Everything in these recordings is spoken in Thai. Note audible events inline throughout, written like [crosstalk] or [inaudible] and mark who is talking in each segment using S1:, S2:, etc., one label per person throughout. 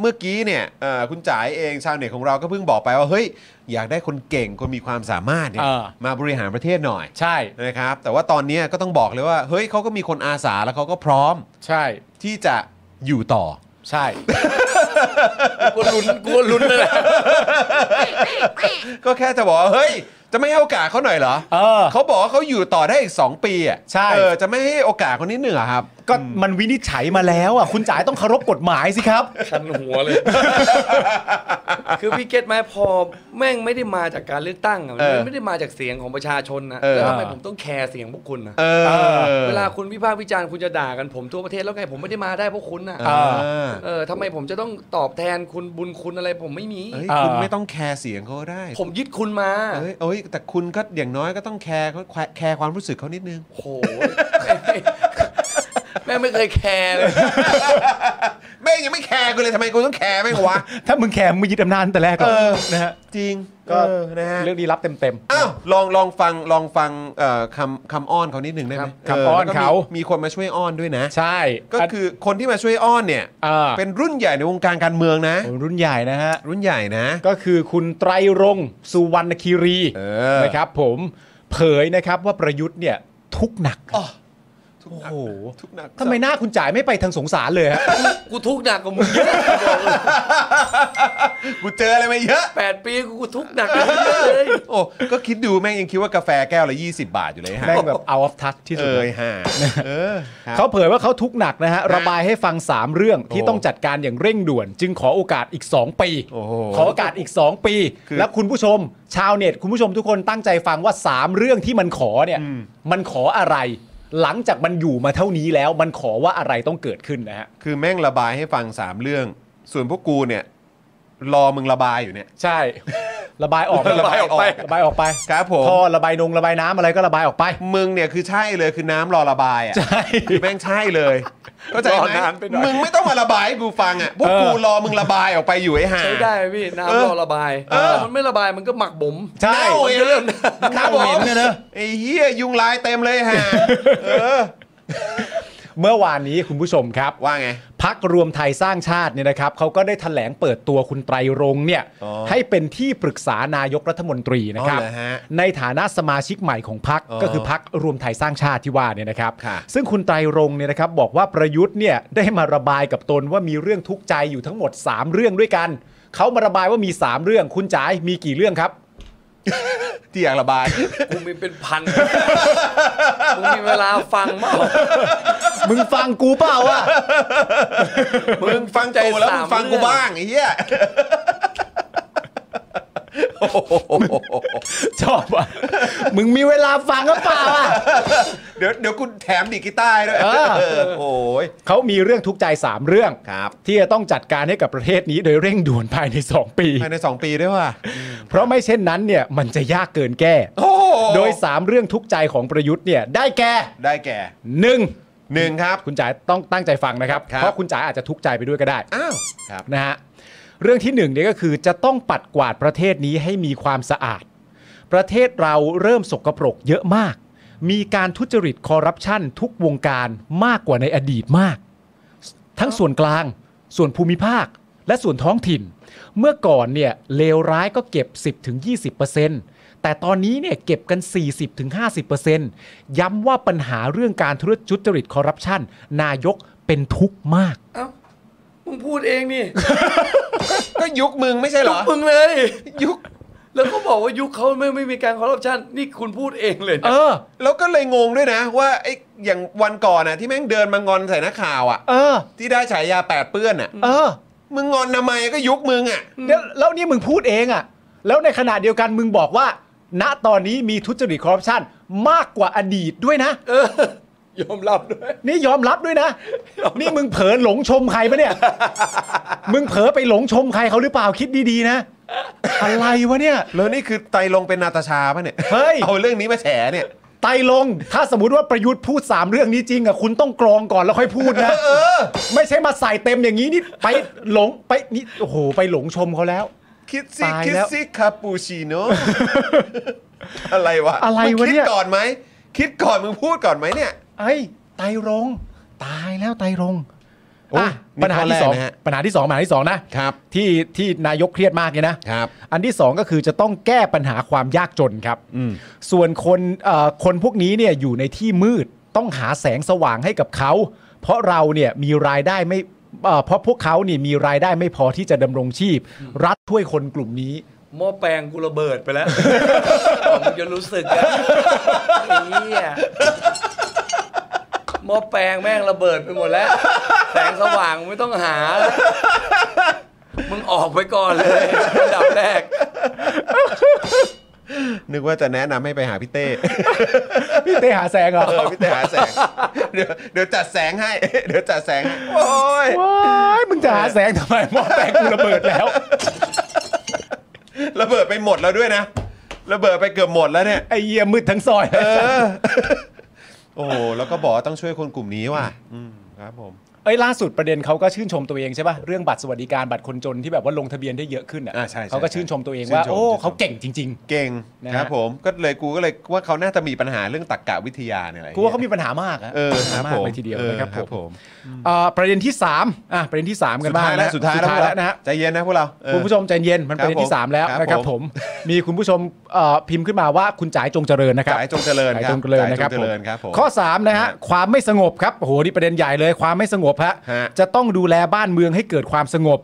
S1: เมื่อกี้เนี่ยเอ่อคุณจ๋ายเองชาวเน็ตของเราก็เพิ่งบอกไปว่าเฮ้ยอยากได้คนเก่งคนมีความสามารถเนี่ย
S2: เออ
S1: มาบริหารประเทศหน่อย
S2: ใช่
S1: นะครับแต่ว่าตอนเนี้ยก็ต้องบอกเลยว่าเฮ้ยเขาก็มีคนอาสาแล้วเขาก็พร้อม
S2: ใช่
S1: ที่จะอยู่ต่อ
S2: ใช่กูลุ้นกูลุ้นเลยนะ
S1: ก็แค่จะบอกว่าเฮ้ย จะไม่ให้โอกาสเขาหน่อยเหรอ
S2: เออ
S1: เขาบอกว่าเขาอยู่ต่อได้อีก 2 ปีอ่ะ
S2: ใช่
S1: เออจะไม่ให้โอกาสคนนี้หนึ่งเหรอครับ
S3: ก็มันวินิจฉัยมาแล้วอ่ะคุณจ๋ายต้องเคารพกฎหมายสิครับ
S4: คันหัวเลย [laughs] คือพี่เก็ตไหมพอแม่งไม่ได้มาจากการเลือกตั้งอะ
S1: เออ
S4: ไม่ได้มาจากเสียงของประชาชนนะ
S1: เออ
S4: แล้วทำไมผมต้องแคร์เสียงพวกคุณนะ
S1: เออ
S4: เวลาคุณวิพากษ์วิจารณ์คุณจะด่ากันผมทั่วประเทศแล้วไงผมไม่ได้มาได้เพราะคุณนะ
S1: เออ
S4: เออทำไมผมจะต้องตอบแทนคุณบุญคุณอะไรผมไม่มี
S1: เฮ้ย
S2: เออ
S1: คุณไม่ต้องแคร์เสียงเขาก็ได้
S4: ผมยึดคุณมา
S1: เอ้ยเอ้ยแต่คุณก็อย่างน้อยก็ต้องแคร์เขาแคร์ความรู้สึกเขานิดนึง
S4: โอ้โห [laughs] แม่งไม่เคยแคร์เลย
S1: แม่งยังไม่แคร์กูเลยทำไมกูต้องแคร์แม่งวะ
S3: ถ้ามึงแคร์มึงยึดอำนาจตั้งแต่แรกหร
S1: เอ
S3: อ
S1: อ
S3: นะฮะ
S1: จริง
S3: ก็
S1: เออนะฮะ
S3: เรื่องนี้รับเต็ม
S1: อ้าวลองลองฟังลองฟังเอ่อคำคำอ้อนเขานิดนึงได้ไหม
S2: คำอ้อน
S1: แล้วก็มี
S2: เขา
S1: มีคนมาช่วยอ้อนด้วยนะ
S2: ใช่
S1: ก็คือคนที่มาช่วยอ้อนเนี่ย
S2: อ่า
S1: เป็นรุ่นใหญ่ในวงการการเมืองนะ
S3: ๆ รุ่นใหญ่นะฮะ
S1: รุ่นใหญ่นะ
S3: ก็คือคุณไตรรงค์สุวรรณคีรี
S1: เออ
S3: นะครับผมเผยนะครับว่าประยุทธ์เนี่ยทุกข์หนักครับโอ้โห
S1: ทุกหนัก
S3: ทำไมหน้าคุณจ่ายไม่ไปทางสงสารเลย [laughs] ฮะ
S4: กูทุกข์หนักกว่ามึงเยอะบอกเลย [laughs]
S1: กูเจออะไรมาเยอะ
S4: แปดปีกูทุกข์หนักกว่ามึงเยอะเลย
S1: โอ้ ก็คิดดูแม่งยังคิดว่ากาแฟแก้วละ 20 บาทอยู่เลยฮะ
S3: แม่งแบบ out of touch ที่สุ
S1: เอ
S3: ด
S1: ยฮะเออครับ
S3: เขาเผยว่าเขาทุกข์หนักนะฮะ ระบายให้ฟัง 3 เรื่องที่
S1: โอ้
S3: ต้องจัดการอย่างเร่งด่วน จึงขอโอกาสอีก 2 ปี
S1: โอ้โห
S3: ขอโอกาสอีก 2 ปี
S1: คือ
S3: และคุณผู้ชม ชาวเน็ต คุณผู้ชมทุกคนตั้งใจฟังว่า 3 เรื่องที่มันขอเนี่ย มันขออะไร หลังจากมันอยู่มาเท่านี้แล้วมันขอว่าอะไรต้องเกิดขึ้นนะฮะ
S1: คือแม่งระบายให้ฟัง 3 เรื่อง ส่วนพวกกูเนี่ย รอมึงระบายอยู่เนี่ย
S3: ใช่ ระบายออก
S1: ระบายออกไประ
S3: บายออกไป
S1: ครับผม
S3: ท่อระบายนงระบายน้ำอะไรก็ระบายออกไป
S1: มึงเนี่ยคือใช่เลยคือน้ำรอระบายอ่ะ
S3: ใช่
S1: คือแม่งใช่เลยเข้าใจไห
S2: ร
S1: ม
S2: อนานไปหน่อย
S1: มึงไม่ต้องมาระบายให้กูฟังอ่ะพวกกูรอมึงระบายออกไปอยู่ไอ้ห่า
S4: ใช้ได้ไหมพี่
S1: เอ
S4: น้ำ
S1: อ
S4: รอระบาย
S1: เออ
S4: มันไม่ระบายมันก็หมักบ่ม
S3: ใช่
S1: เน่าไอ้เรื่อง
S3: เน่าเหม็นเนี่ยนะ
S1: ไอ้เหี้ยยุงลายเต็มเลยห่าเออ
S3: เมื่อวานนี้คุณผู้ชมครับ
S1: ว่าไง
S3: พักรวมไทยสร้างชาติเนี่ยนะครับเขาก็ได้ถแถลงเปิดตัวคุณไตรรงค์เนี่ย
S1: อ๋อ
S3: ให้เป็นที่ปรึกษานายกรัฐมนตรีนะครับ
S1: อ๋อเหรอฮะ
S3: ในฐานะสมาชิกใหม่ของพัก
S1: อ๋อ
S3: ก็คือพักรวมไทยสร้างชาติที่ว่าเนี่ยนะครับ
S1: ค่ะ
S3: ซึ่งคุณไตรรงค์เนี่ยนะครับบอกว่าประยุทธ์เนี่ยได้มาระบายกับตนว่ามีเรื่องทุกข์ใจอยู่ทั้งหมด 3 เรื่องด้วยกันเขามาระบายว่ามี 3 เรื่องคุณจ๋ายมีกี่เรื่องครับ
S1: ที่อยากระบาย
S4: กูมีเป็นพัน มึงมีเวลาฟังมาก
S3: มึงฟังกูเปล่าอะ
S1: มึงฟังกูแล้วมึงฟังกูบ้างไอ้เหี้ยโอ้โห
S3: [laughs] ชอบอะมึงมีเวลาฟังก็เปล่าอะ
S1: เดี๋ยวเดี๋ยวกูแถมดีดกีตาร์ให้ด้วย
S3: เออ
S1: เออโอ้ย
S3: เขามีเรื่องทุกข์ใจ 3 เรื่อง
S1: ครับ
S3: ที่จะต้องจัดการให้กับประเทศนี้โดยเร่งด่วนภายใน 2 ปี
S1: ภายใน 2 ปีด้วยว่ะ
S3: เพราะไม่เช่นนั้นเนี่ยมันจะยากเกินแก้
S1: โอ้โห
S3: โดย 3 เรื่องทุกข์ใจของประยุทธ์เนี่ยได้แก่
S1: ได้แก่
S3: หนึ่ง
S1: หนึ่งครับ
S3: คุณจ๋าต้องตั้งใจฟังนะครับ
S1: ครับ
S3: เพราะคุณจ๋าอาจจะทุกข์ใจไปด้วยก็ได้
S1: อ้าวครับ
S3: นะฮะเรื่องที่หนึ่งเนี่ยก็คือจะต้องปัดกวาดประเทศนี้ให้มีความสะอาด ประเทศเราเริ่มสกปรกเยอะมาก มีการทุจริตคอร์รัปชันทุกวงการมากกว่าในอดีตมาก ทั้งส่วนกลาง ส่วนภูมิภาค และส่วนท้องถิ่น เมื่อก่อนเนี่ยเลวร้ายก็เก็บ 10-20%แต่ตอนนี้เนี่ยเก็บกัน 40-50%ย้ำว่าปัญหาเรื่องการทุจริตคอร์รัปชันนายกเป็นทุกข์มาก
S4: เอ้ามึงพูดเองนี่
S1: ก็ยุคมึงไม่ใช่เหร
S4: ยุ
S1: อ
S4: คมึงเลย
S1: ยุค
S4: แล้วก็บอกว่ายุคเขาไม่ไม่มีการคอร์รัปชันนี่คุณพูดเองเลย
S3: เอ
S4: นะ
S3: อ
S1: แล้วก็เลยงงด้วยนะ ว่าไอ้อย่างวันก่อนอ่ะที่แม่งเดินมางอนใส่นักข่าวอ่ะ
S3: เออ
S1: ที่ได้ฉายาแปดเปื้อนอ่ะ
S3: เออ
S1: มึงงอนทำไมก็ยุคมึงอ่ะ
S3: แล้วแล้วนี่มึงพูดเองอะแล้วในขณะเดียวกันมึงบอกว่า ณตอนนี้มีทุจริตคอร์รัปชันมากกว่าอดีตด้วยนะ
S4: เออยอมรับด้วย
S3: นี่ยอมรับด้วยนะ นี่มึงเผลอหลงชมใครปะเนี่ย [laughs] มึงเผลอไปหลงชมใครเขาหรือเปล่าคิดดีๆนะ อะไรวะเนี่ย
S1: แล้วนี่คือไตรลงเป็นนาตาชาป่ะเนี่ย
S3: เฮ้ย
S1: เอาเรื่องนี้มาแฉเนี่ย
S3: ไตรลงค์ถ้าสมมติว่าประยุทธ์พูด 3 เรื่องนี้จริงอะคุณต้องกรองก่อนแล้วค่อยพูดนะไม่ใช่มาใส่เต็มอย่างนี้นี่ไปหลงไปนี่โอ้โหไปหลงชมเขาแล้ว
S1: คิดซิ
S3: ตาย
S1: คิด
S3: แล้ว
S1: ซิคาปูชิโน
S3: [laughs]
S1: อะไรวะ
S3: อะไรวะ
S1: มึง
S3: เนี่
S1: คิด
S3: ย
S1: ก่อนไหม คิดก่อนมึงพูดก่อนไหมเนี่ย
S3: ไอ้ไตรรงค์ตายแล้วไตรรงค์ อ่ะ
S1: นี่
S3: ปัญหา
S1: ข้อแร
S3: ที่
S1: ก
S3: สอง
S1: นะฮะ
S3: ปัญหาที่สองปัญหาที่สองนะครับที่ที่นายกเครียดมากเนี่ยนะ
S1: ครับ
S3: อันที่ 2 ก็คือจะต้องแก้ปัญหาความยากจนครับ
S1: อืม
S3: ส่วนคนเอ่อคนพวกนี้เนี่ยอยู่ในที่มืดต้องหาแสงสว่างให้กับเขา เพราะเราเนี่ยมีรายได้ไม่เอ่อเพราะพวกเขาเนี่ยมีรายได้ไม่พอที่จะดำรงชีพ รัฐช่วยคนกลุ่มนี้
S4: หม้อแปลงกูระเบิดไปแล้ว [laughs] ผมจะรู้สึกอะไอ้เหี้ยหม้อแปลงแม่งระเบิดไปหมดแล้ว แสงสว่างไม่ต้องหาแล้วมึงออกไปก่อนเลยอันดับแรก
S1: นึกว่าจะแนะนำให้ไปหาพี่เต้
S3: พี่เต้หาแสงเหรอ
S1: เออพี่เต้หาแสงเดี๋ยวเดี๋ยวจัดแสงให้ เดี๋ยวจัดแสงให้โอ้ย
S3: ว้ายมึงจะหาแสงทำไมหมอแตกกูระเบิดแล้ว
S1: ระเบิดไปหมดแล้วด้วยนะระเบิดไปเกือบหมดแล้วเนี่ย
S3: ไอ้เหี้ยมืดทั้งซอย
S1: เออ โอ้โหแล้วก็บอกว่าต้องช่วยคนกลุ่มนี้ว่ะ อืมครับผม
S3: เอ้ยล่าสุดประเด็นเขาก็ชื่นชมตัวเองใช่ป่ะเรื่องบัตรสวัสดิการบัตรคนจนที่แบบว่าลงทะเบียนได้เยอะขึ้น
S1: อ่าใช่ใช่
S3: เขาก็ชื่นชมตัวเอง
S1: ใช่
S3: ว่า
S1: ชื่นชม
S3: โอ้
S1: ชื่นชม
S3: เขาเก่งจริง ๆ
S1: เก่ง
S3: นะ
S1: ค
S3: ฮะ
S1: รับผมก็เลยกูก็เลยว่าเขาน่าจะมีปัญหาเรื่องตรรกะวิทยาเนี่ยอะไร
S3: กูว่าเขามีปัญหามากะ
S1: เออ
S3: ปัญ
S1: ค
S3: หา
S1: รับ
S3: มาก
S1: ผม
S3: เลยทีเดียว
S1: ออ
S3: นะครับผม
S1: ม
S3: เอ่อประเด็นที่3อ่ะประเด็นที่ 3 กัน
S1: สุด
S3: บ้าง
S1: ท้ายแล้ว
S3: นะ
S1: สุดท้าย
S3: สุดท้าย
S1: แล้
S3: แล้ว วนะฮะ
S1: ใจเย็นนะพวกเราเออ
S3: คุณผู้ชมใจเย็นมัน
S1: ค
S3: ป
S1: รับ
S3: ระเด็นที่ 3 แล้ว
S1: ครับ
S3: นะครับ
S1: ผ
S3: ผม มมีคุณผู้ชมเอ่อพิมพ์ขึ้นมาว่าคุณจ๋ายจงเจริญนะครับ
S1: จ่ายจงเจริญ
S3: จ๋าย
S1: ครับ
S3: จงเจริญนะครับ
S1: จ่ายจงเจริญครับผม
S3: ข้อ3นะฮะความไม่สงบครับโอ้โหนี่ประเด็นใหญ่เลยความไม่สงบฮะ
S1: ฮะ
S3: จะต้องดูแลบ้านเมืองให้เกิดความสงบ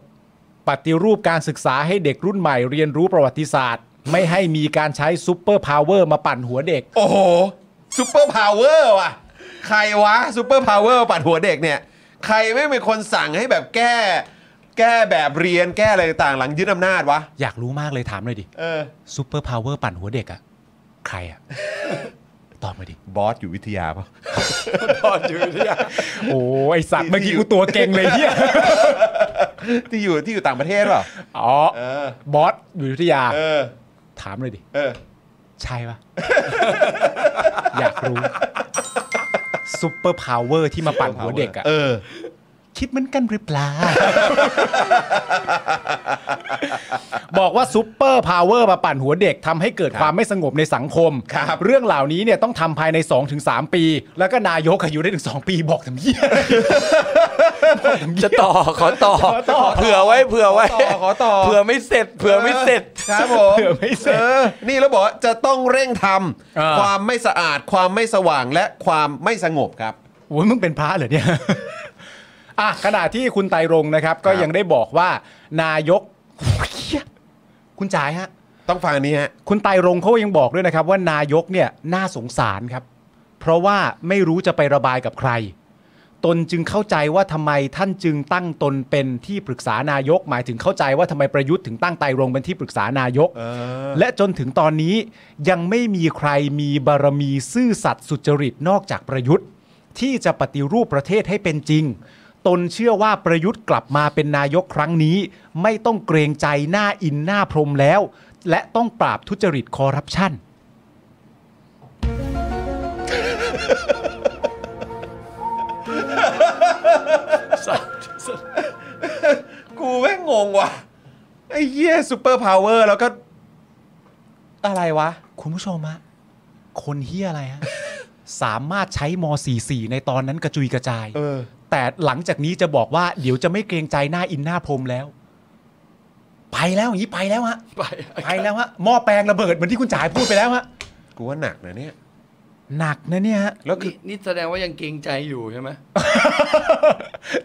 S3: ปฏิรูปการศึกษาให้เด็กรุ่นใหม่ เรียนรู้ประวัติศาสตร์ ไม่ให้มีการใช้ซูเปอร์พาวเวอร์มาปั่นหัวเด็ก
S1: โอ้โหซูเปอร์พาวเวอร์ว่ะ ใครวะซูเปอร์พาวเวอร์ปัดหัวเด็กเนี่ย ใครไม่เป็นคนสั่งให้แบบแก้ แก้แบบเรียนแก้อะไรต่างๆหลังยึดอำนาจวะ
S3: อยากรู้มากเลยถามหน่อยดิ
S1: เออ
S3: ซูเปอร์พาวเวอร์ปั่นหัวเด็กอะใครอะ ตอบมาดิ
S1: บอสอยู่วิทยาปะ
S4: ตอนอยู่เนี่ย
S3: โอ้ไอสัตว์เมื่อกี้กูตัวเก่งเลยเฮีย
S1: [laughs] ที่อยู่ที่อยู่ต่างประเทศเปล่า
S3: อ๋อ
S1: เออ
S3: บอสอยู่อยุทธยา
S1: เออ
S3: ถามเลยดิ
S1: เออ
S3: ใช่ [laughs] ปะ อยากรู้ซูเปอร์พาวเวอร์ที่มาปั่นหัวเด็กอะ
S1: เออ
S3: คิดเหมือนกันหรือเปล่า [laughs] บอกว่าซูเปอร์พาวเวอร์มาปั่นหัวเด็กทำให้เกิดความไม่สงบในสังคม
S1: ครับ
S3: เรื่องเหล่านี้เนี่ยต้องทำภายใน 2-3 ปี แล้วก็นายกอายุได้ถึง 2 ปีบอกทำเยี่ย
S4: จะต่อขอต่อเผื่อไว้เผื่อไว้
S1: ขอต่อขอต่อ
S4: เผื่อไม่เสร็จเผื่อไม่เสร็จ
S1: ครับผม
S3: เผื่อไม่เสร็จ
S1: ออนี่แล้วบอกว่าจะต้องเร่งท
S3: เออ
S1: ำความไม่สะอาด ความไม่สว่างและความไม่สงบครับ
S3: โอ้ยมึงเป็นพระเหรอ
S1: [laughs]
S3: เนี่ย อ่ะขณะที่คุณไตรรงค์นะครับ ก็
S1: ครับ
S3: ยังได้บอกว่า นายกโอ้ยเหี้ยคุณจ่ายฮะ
S1: ต้องฟังอันนี้ฮะ
S3: คุณไตรรงค์เขายังบอกด้วยนะครับว่านายกเนี่ยน่าสงสารครับ เพราะว่าไม่รู้จะไประบายกับใคร ตนจึงเข้าใจว่าทำไมท่านจึงตั้งตนเป็นที่ปรึกษานายก หมายถึงเข้าใจว่าทำไมประยุทธ์ถึงตั้งไตรรงค์เป็นที่ปรึกษานายก
S1: เออ
S3: และจนถึงตอนนี้ยังไม่มีใครมีบารมีซื่อสัตย์สุจริตนอกจากประยุทธ์ ที่จะปฏิรูปประเทศให้เป็นจริง ตนเชื่อว่าประยุทธ์กลับมาเป็นนายกครั้งนี้ ไม่ต้องเกรงใจหน้าอินหน้าพรหมแล้ว และต้องปราบทุจริตคอร์รัปชัน
S1: กูแม่งงงว่ะ ไอ้เหี้ยซูเปอร์พาวเวอร์แล้วก็ อะไรวะ
S3: คุณผู้ชมฮะคนเฮียอะไรฮะ สามารถใช้ม .44 ในตอนนั้นกระจุยกระจาย
S1: เออ
S3: แต่หลังจากนี้จะบอกว่าเดี๋ยวจะไม่เกรงใจหน้าอินหน้าพรหมแล้ว ไปแล้วอย่างนี้ไปแล้วฮะ
S4: ไป
S3: ไปแล้วฮะหม้อแปลงระเบิดเหมือนที่คุณจ๋ายพูดไปแล้วฮะ
S1: กูว่าหนักนะเนี่ย
S3: หนักนะเนี่ยฮะ
S1: แล้วคือ
S4: นี่นี่แสดงว่ายังเกรงใจอยู่ใช่ไหม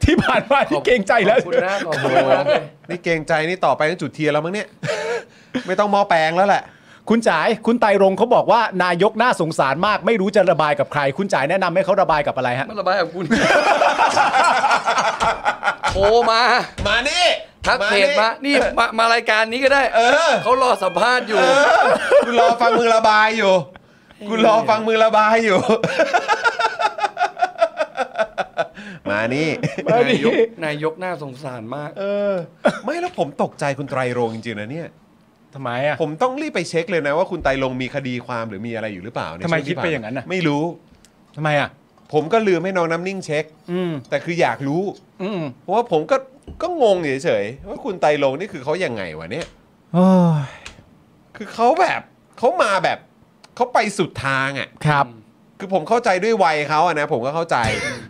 S3: ที่ผ่านมาที่เกรงใจแล้ว
S4: ขอบคุณนะขอบคุณมากเลย
S1: นี่เกรงใจนี่ต่อไปต้องจุดเทียนแล้วมั้งเนี่ย ไม่ต้องหมอแปลงแล้วแหละ
S3: คุณจ๋ายคุณไตรรงค์เขาบอกว่านายกน่าสงสารมาก ไม่รู้จะระบายกับใคร คุณจ๋ายแนะนำให้เขาระบายกับอะไรฮะ
S4: มันระบายกับ [laughs] คุณโทรมา
S1: มานี่
S4: ทักเพจมา นี่มามารายการนี้ก็ได้
S1: เออ
S4: เขารอสัมภาษณ์อยู่
S1: กูรอฟังมึงระบายอยู่ กูรอฟังมึงระบายอยู่ [laughs] มานี่
S4: นายกนายกน่าสงสารมาก
S1: เออ ไม่แล้วผมตกใจคุณไตรรงค์จริงๆนะเนี่ย
S3: ทำไมอ่ะ
S1: ผมต้องรีบไปเช็คเลยนะว่าคุณไตรรงค์มีคดีความหรือมีอะไรอยู่หรือเปล่าใน
S3: ทำไม
S1: ช่ว
S3: คิดไป
S1: ผ่
S3: อย่างนั้นน่ะ
S1: ไม่รู้
S3: ทำไมอ่ะ
S1: ผมก็ลืมให้น้องน้ำนิ่งเช็ค
S3: อืม
S1: แต่คืออยากรู้
S3: อืม
S1: เพราะว่าผมก็ก็งงเฉยๆว่าคุณไตรรงค์นี่คือเขายังไงวะเนี่ย
S3: โอ้ย
S1: คือเขาแบบเขามาแบบเขาไปสุดทางอ่ะ
S3: ครับ
S1: คือผมเข้าใจด้วยวัยเขาอะนะ ผมก็เข้าใจ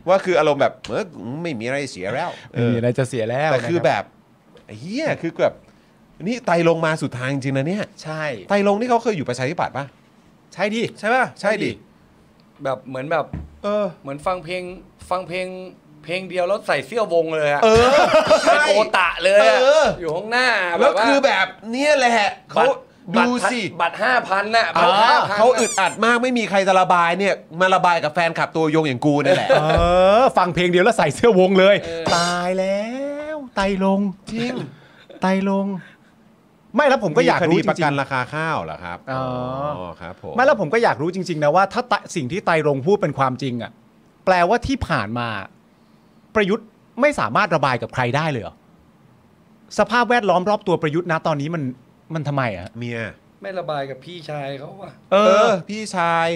S1: ว่าคืออารมณ์แบบเออไม่มีอะไรเสียแล้วเอ
S3: ไม่
S1: อ
S3: มีอะไรจะเสียแล้ว
S1: แต่คือ
S3: นะ
S1: แบ
S3: รับบ
S1: เฮียคือแบบนี่ไตรลงมาสุดทางจริงนะเนี่ย
S3: ใช่
S1: ไตรลงนี่เขาเคยอยู่ประชาธิปัตย์ป่ะ
S3: ใช่ดิ
S1: ใช่ป่ะใช่ดิ
S4: แบบเหมือนแบบ
S1: เออ
S4: เหมือนฟังเพลงฟังเพลงเพลงเดียวแล้วใส่เสื้อวงเลยอะ
S1: เออใช่
S4: เป็นโอตะเลยอะ
S1: เอออ
S4: อยู่ข้างหน้า
S1: แล้ว
S4: า
S1: คือแบบเนี่ยแหละเขา
S4: บัตร
S1: ดูสิ
S4: บัตรห้าพันน่ะ
S1: เอ
S4: บัตรห้า
S1: อ
S4: พัน
S1: เขาอึดอัดมากไม่มีใครจะระบายเนี่ย มาระบายกับแฟนขับตัวยงอย่างกูเนี่ยแหละ
S3: เออ ฟังเพลงเดียวแล้วใส่เสื้อวงเลย ตายแล้ว ไตลงจริงไตลง ไม่แล้วผมก็อยากรู้
S1: มีค
S3: จ
S1: ดีประ
S3: ริ
S1: กัน
S3: ง
S1: ราคาข้าวเหรอครับ
S3: อ๋ออ๋
S1: ครับผม
S3: ๆไม่แล้วผมก็อยากรู้จริง ๆ นะว่าถ้าไตสิ่งที่ไตลงพูดเป็นความจริงอ่ะ แปลว่าที่ผ่านมา ประยุทธ์ไม่สามารถระบายกับใครได้เลยเหรอสภาพแวดล้อมรอบตัวประยุทธ์นะตอนนี้มันมันทำไมอ่ะ
S1: เมีย
S4: ไม่ระบายกับพี่ชายเขาว่ะ
S3: เอ
S1: เอ
S3: อ
S1: อ พี่ชาย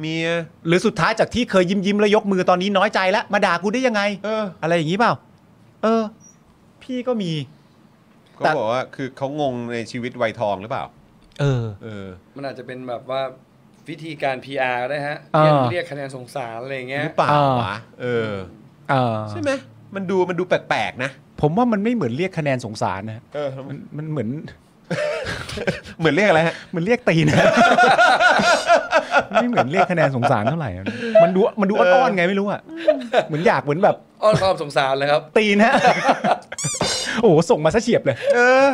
S1: เมีย
S3: หรือสุดท้ายจากที่เคยยิ้มยิ้มๆแล้วยกมือตอนนี้น้อยใจแล้วมาด่ากูได้ยังไง
S1: เออ
S3: อะไรอย่างนี้เปล่า เออ พี่ก็มี
S1: เขา
S3: แต่
S1: บอกว่าคือเขางงในชีวิตวัยทองหรือเปล่า
S3: เออ
S1: เออ
S4: มันอาจจะเป็นแบบว่าวิธีการ PR ก็ได้ฮะ
S3: อ่า
S4: เรียกเรียกคะแนนสงสารอะไรอย่างเงี้ย
S1: หรือเปล่า
S3: อ่า
S1: วะเออ
S3: เออ
S1: ใช่ไหมมันดูมันดูแปลกๆนะ
S3: ผมว่ามันไม่เหมือนเรียกคะแนนสงสารนะ
S1: เออ
S3: มันมันเหมือน
S1: เหมือนเรียกอะไรฮะ
S3: เหมันเรียกตีนะ [laughs] ไม่เหมือนเรียกคะแนนสงสารเท่าไหร่อะมันดูมันดูอ้อนๆไงไม่รู้อ่ะเหมือนอยากเหมือนแบบ
S4: อ้อนความสงสารเลยครับ
S3: ตีนะ [laughs] โอ้โหส่งมาซะเฉียบเลย
S1: เออ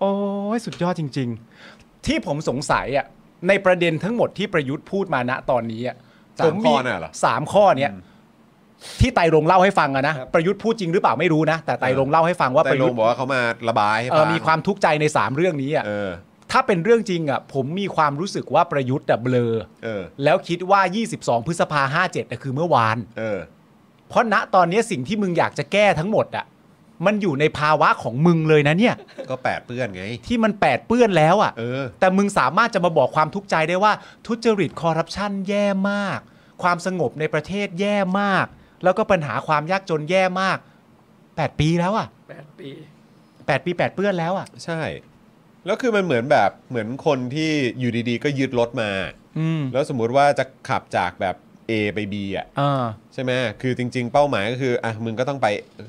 S3: โอ้ยสุดยอดจริง ๆ ที่ผมสงสัยอ่ะในประเด็นทั้งหมดที่ประยุทธ์พูดมาณตอนนี้อ่ะ
S1: สาม
S3: ผ
S1: ข้อน่ะเหรอ
S3: สามข้อเนี้ยที่ไตรรงเล่าให้ฟังอะนะครับ ประยุทธ์พูดจริงหรือเปล่าไม่รู้นะแต่ไตร
S1: เออ
S3: รงเล่าให้ฟังว่า
S1: แต่
S3: ประ
S1: ล
S3: ยุท
S1: ง
S3: ธ์
S1: บอกว่าเขามาระบายให้
S3: เออ
S1: ฟัง
S3: มีความทุกข์ใจในสามเรื่องนี้อ่ะ
S1: เออ
S3: ถ้าเป็นเรื่องจริงอ่ะผมมีความรู้สึกว่าประยุทธ์อะเบลอ
S1: เออ
S3: แล้วคิดว่า 22 พฤษภาห้าเจ็ดคือเมื่อวาน
S1: เออ
S3: เพราะณตอนนี้สิ่งที่มึงอยากจะแก้ทั้งหมดอ่ะมันอยู่ในภาวะของมึงเลยนะเนี่ย
S1: ก็แปดเปื้อนไง
S3: ที่มันแปดเปื้อนแล้วอ่ะ
S1: เออ
S3: แต่มึงสามารถจะมาบอกความทุกข์ใจได้ว่า ทุจริตคอร์รัปชันแย่มาก ความสงบในประเทศแย่มาก แล้วก็ปัญหาความยากจนแย่มาก 8 ปีแล้วอ่ะ
S4: 8 ปี
S3: 8ปี 8 เปื้อนแล้วอ่ะ
S1: ใช่ แล้วคือมันเหมือนแบบเหมือนคนที่อยู่ดีๆ ก็ยึดรถมา
S3: อืม
S1: แล้วสมมุติว่าจะขับจากแบบ A ไป B อ่ะ
S3: อ่า
S1: ใช่ไหมคือจริง ๆ เป้าหมายก็คืออ่ะมึงก็ต้องไป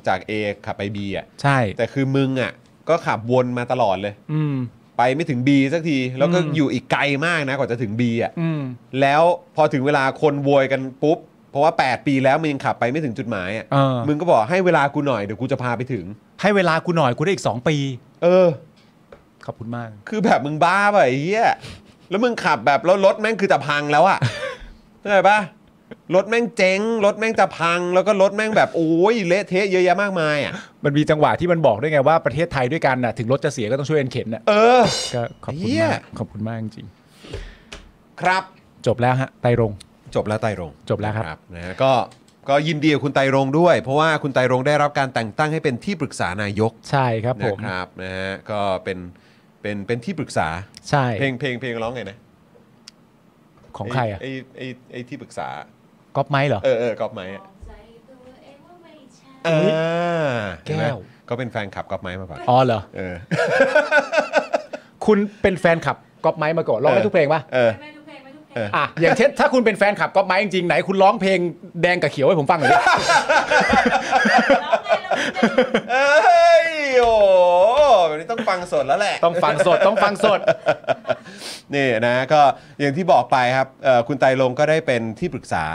S1: จาก A ขับไป B อ่ะ
S3: ใช่
S1: แต่คือมึงอ่ะก็ขับวนมาตลอดเลย
S3: อืม
S1: ไปไม่ถึง B สักที แล้วก็
S3: อืม
S1: อยู่อีกไกลมากนะกว่าจะถึง B อ่ะ
S3: อืม
S1: แล้วพอถึงเวลาคนโวยกันปุ๊บ เพราะว่า 8 ปีแล้วมึงยังขับไปไม่ถึงจุดหมายอ่ะ
S3: เออ
S1: มึงก็บอกให้เวลากูหน่อยเดี๋ยวกูจะพาไปถึง
S3: ให้เวลากูหน่อยกูได้อีก 2 ปี
S1: เออ
S3: ขอบคุณมาก
S1: คือแบบมึงบ้าป่ะไอ้เหี้ย แล้วมึงขับแบบแล้วรถแม่งคือจะพังแล้วอะ เข้าใจปะรถแม่งเจ๊งรถแม่งจะพัง แล้วก็รถแม่งแบบโอ้ยเละเทะเยอะแยะมากมายอะ
S3: มันมีจังหวะที่มันบอกด้วยไงว่าประเทศไทยด้วยกันน่ะถึงรถจะเสียก็ต้องช่วยกันเข็นน่ะ
S1: เออ
S3: ก็ขอบคุณ
S1: เหี้ย
S3: มากขอบคุณมากจริง
S1: ครับ
S3: ๆจบแล้วฮะไตรง
S1: จบแล้วไตรรง
S3: จบแล้วครับ
S1: นะฮะก็ก็ยินดีกับคุณไตรรงค์ด้วย เพราะว่าคุณไตรรงค์ได้รับการแต่งตั้งให้เป็นที่ปรึกษานายก
S3: ใช่ครับผ
S1: นะ
S3: ม
S1: ครับนะฮะก็เป็นเป็นเป็นที่ปรึกษา
S3: ใช่
S1: เพลงเพลงเพลงร้องไงนะ
S3: ของใครอ่ะ
S1: ไอไอไอที่ปรึกษา
S3: ก๊อปไม้เหรอ
S1: เออเออกอบไหมอะ
S3: อุ๊ย
S1: อ่าเห็นไหม
S3: แก้ว
S1: ก็เป็นแฟนคลับกอบไหมมาก่อน
S3: อ๋อเหรอ
S1: เออ
S3: คุณเป็นแฟนคลับก๊อปไม้มาก่อนร้องได้ทุกเพลงป่ะ
S1: เออ
S5: ไม่ทุกเพลงไม่ทุกเพล
S1: เองอ
S3: [laughs] อ่ะอย่างเช่นถ้าคุณเป็นแฟนคลับก๊อปไม้จริงๆไหนคุณร้องเพลงแดงกับเขียวให้ผมฟังหน่อยดิ
S5: ร้องไงเราเป็น
S1: เอ้ยโอ้โหแบบนี้ต้องฟังสดแล้วแหละ
S3: ต้องฟังสดต้องฟังสด
S1: นี่นะก็อย่างที่บอกไปครับเอ่อคุณไตรรงค์ก็ได้เป็นที่ปรึกษา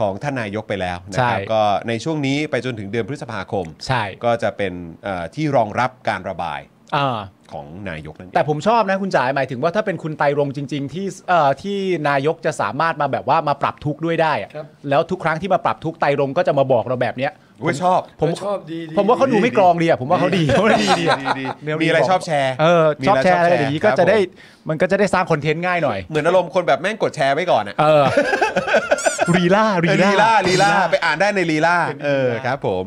S1: ของท่านนายกไปแล้วนะครับ
S3: ใช่
S1: ก็ในช่วงนี้ไปจนถึงเดือนพฤษภาคม
S3: ใช่
S1: ก็จะเป็นเอ่อที่รองรับการระบาย
S3: อ่า
S1: ของนายกนั่นเอง
S3: แต่ผมชอบนะคุณจ๋ายหมายถึงว่าถ้าเป็นคุณไตรรงค์จริง ๆ ที่เอ่อที่นายกจะสามารถมาแบบว่ามาปรับทุกข์ด้วยได้อะ
S4: ครับ
S3: แล้วทุกครั้งที่มาปรับทุกข์ไตรรงค์ก็จะมาบอกเราแบบเนี้ย
S1: เว้ยชอบ
S3: ผม
S4: ชอบดี
S3: ผมว่าเขาดูไม่กรองดีอ่ะผมว่าเขา
S1: [laughs]
S3: ดีเขาดีดีอะ
S1: ดีดี
S3: เดี๋ยว
S1: มีอะไรชอบแชร์
S3: เออ
S1: มี
S3: ชอบ
S1: ไ
S3: แชร์อะไรอย่างนี้ก็
S1: ครับ
S3: จะได้
S1: ผม
S3: มันก็จะได้สร้างคอนเทนต์ง่ายหน่อย
S1: เหมือนอารมณ์คนแบบแม่งกดแชร์ไว้ก่อนอะ
S3: เออรีล่ารี [laughs]
S1: ลี
S3: ล่า
S1: ลาลีลาไปอ่านได้ในลีลาเออครับผม